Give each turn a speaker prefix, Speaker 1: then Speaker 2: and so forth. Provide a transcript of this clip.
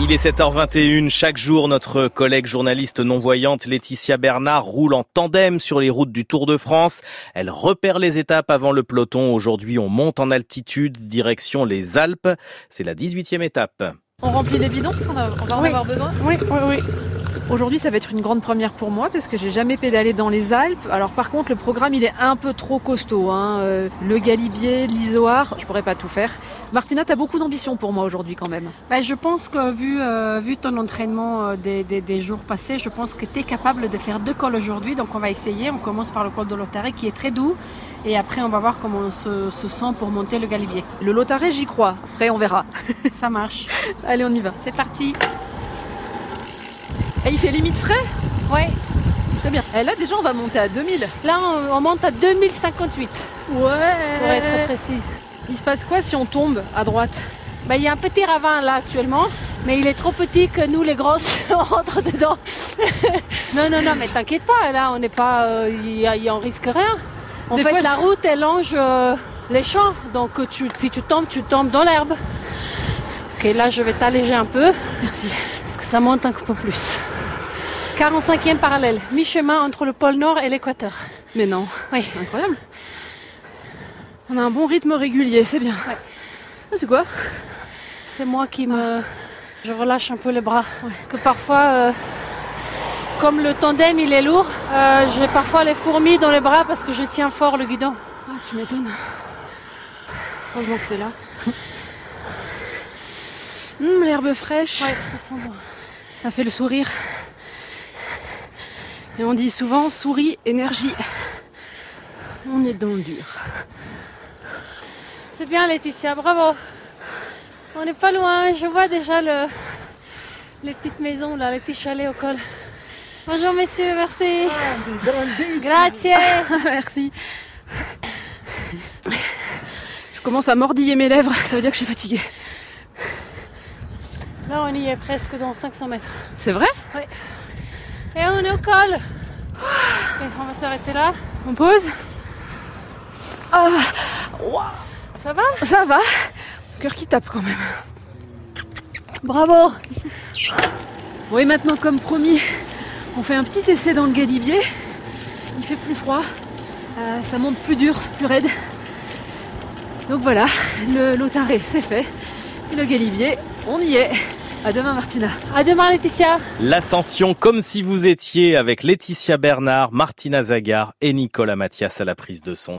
Speaker 1: Il est 7h21. Chaque jour, notre collègue journaliste non-voyante Laetitia Bernard roule en tandem sur les routes du Tour de France. Elle repère les étapes avant le peloton. Aujourd'hui, on monte en altitude, direction les Alpes. C'est la 18e étape.
Speaker 2: On remplit les bidons parce qu'on va, on va en
Speaker 3: Oui.
Speaker 2: avoir besoin.
Speaker 3: Oui, oui, oui.
Speaker 2: Aujourd'hui, ça va être une grande première pour moi parce que j'ai jamais pédalé dans les Alpes. Alors par contre, le programme, il est un peu trop costaud. hein. Euh, Le Galibier, l'Isoard, je pourrais pas tout faire. Martina, t'as beaucoup d'ambition pour moi aujourd'hui quand même.
Speaker 3: Bah, je pense que vu, euh, vu ton entraînement euh, des, des- des jours passés, je pense que tu es capable de faire deux cols aujourd'hui. Donc on va essayer. On commence par le col de l'Otaré qui est très doux. Et après, on va voir comment on se, se sent pour monter le galibier.
Speaker 2: Le Lotaré, j'y crois. Après, on verra.
Speaker 3: Ça marche.
Speaker 2: Allez, on y va.
Speaker 3: C'est parti.
Speaker 2: Et il fait limite frais
Speaker 3: Ouais.
Speaker 2: C'est bien. Et là, déjà, on va monter à 2000.
Speaker 3: Là, on, on monte à 2058
Speaker 2: Ouais. Euh,
Speaker 3: pour être précise.
Speaker 2: Il se passe quoi si on tombe à droite
Speaker 3: Bah, il y a un petit ravin là actuellement, mais il est trop petit que nous les grosses on rentre dedans. non, non, non, mais t'inquiète pas, là on n'est pas, euh, y a- y en risque rien. En
Speaker 2: Des
Speaker 3: fait,
Speaker 2: fois-
Speaker 3: la route elle longe euh, les champs, donc euh, tu- si tu tombes, tu tombes dans l'herbe. Ok, là je vais t'alléger un peu
Speaker 2: Merci.
Speaker 3: parce que ça monte un peu plus. 45e parallèle, mi-chemin entre le pôle Nord et l'équateur.
Speaker 2: Mais non.
Speaker 3: Oui.
Speaker 2: Incroyable. On a un bon rythme régulier, c'est bien.
Speaker 3: Ouais.
Speaker 2: Ah, C'est quoi
Speaker 3: C'est moi qui me. Je relâche un peu les bras. Parce que parfois, euh, comme le tandem il est lourd, euh, j'ai parfois les fourmis dans les bras parce que je tiens fort le guidon.
Speaker 2: Ah, tu m'étonnes. Heureusement que t'es là. Hum, l'herbe fraîche.
Speaker 3: Ouais, ça sent bon. Ça fait le sourire.
Speaker 2: Et on dit souvent souris, énergie. On est dans le dur.
Speaker 3: C'est bien, Laetitia, bravo. On n'est pas loin, je vois déjà le... les petites maisons, là, les petits chalets au col. Bonjour, messieurs, merci. Grazie.
Speaker 2: Merci. Je commence à mordiller mes lèvres, ça veut dire que je suis fatiguée.
Speaker 3: Là, on y est presque dans 500 mètres.
Speaker 2: C'est vrai
Speaker 3: Et on est au col. Ok, on va s'arrêter là.
Speaker 2: On pose Ah,
Speaker 3: Ça va
Speaker 2: ça va. Cœur qui tape quand même.
Speaker 3: Bravo.
Speaker 2: Bon et maintenant comme promis, on fait un petit essai dans le galibier. Il fait plus froid, euh, ça monte plus dur, plus raide. Donc voilà, le lotaré c'est fait. Et le galibier, on y est. À demain Martina.
Speaker 3: À demain, Laetitia.
Speaker 1: L'ascension comme si vous étiez avec Laetitia Bernard, Martina Zagar et Nicolas Mathias à la prise de son.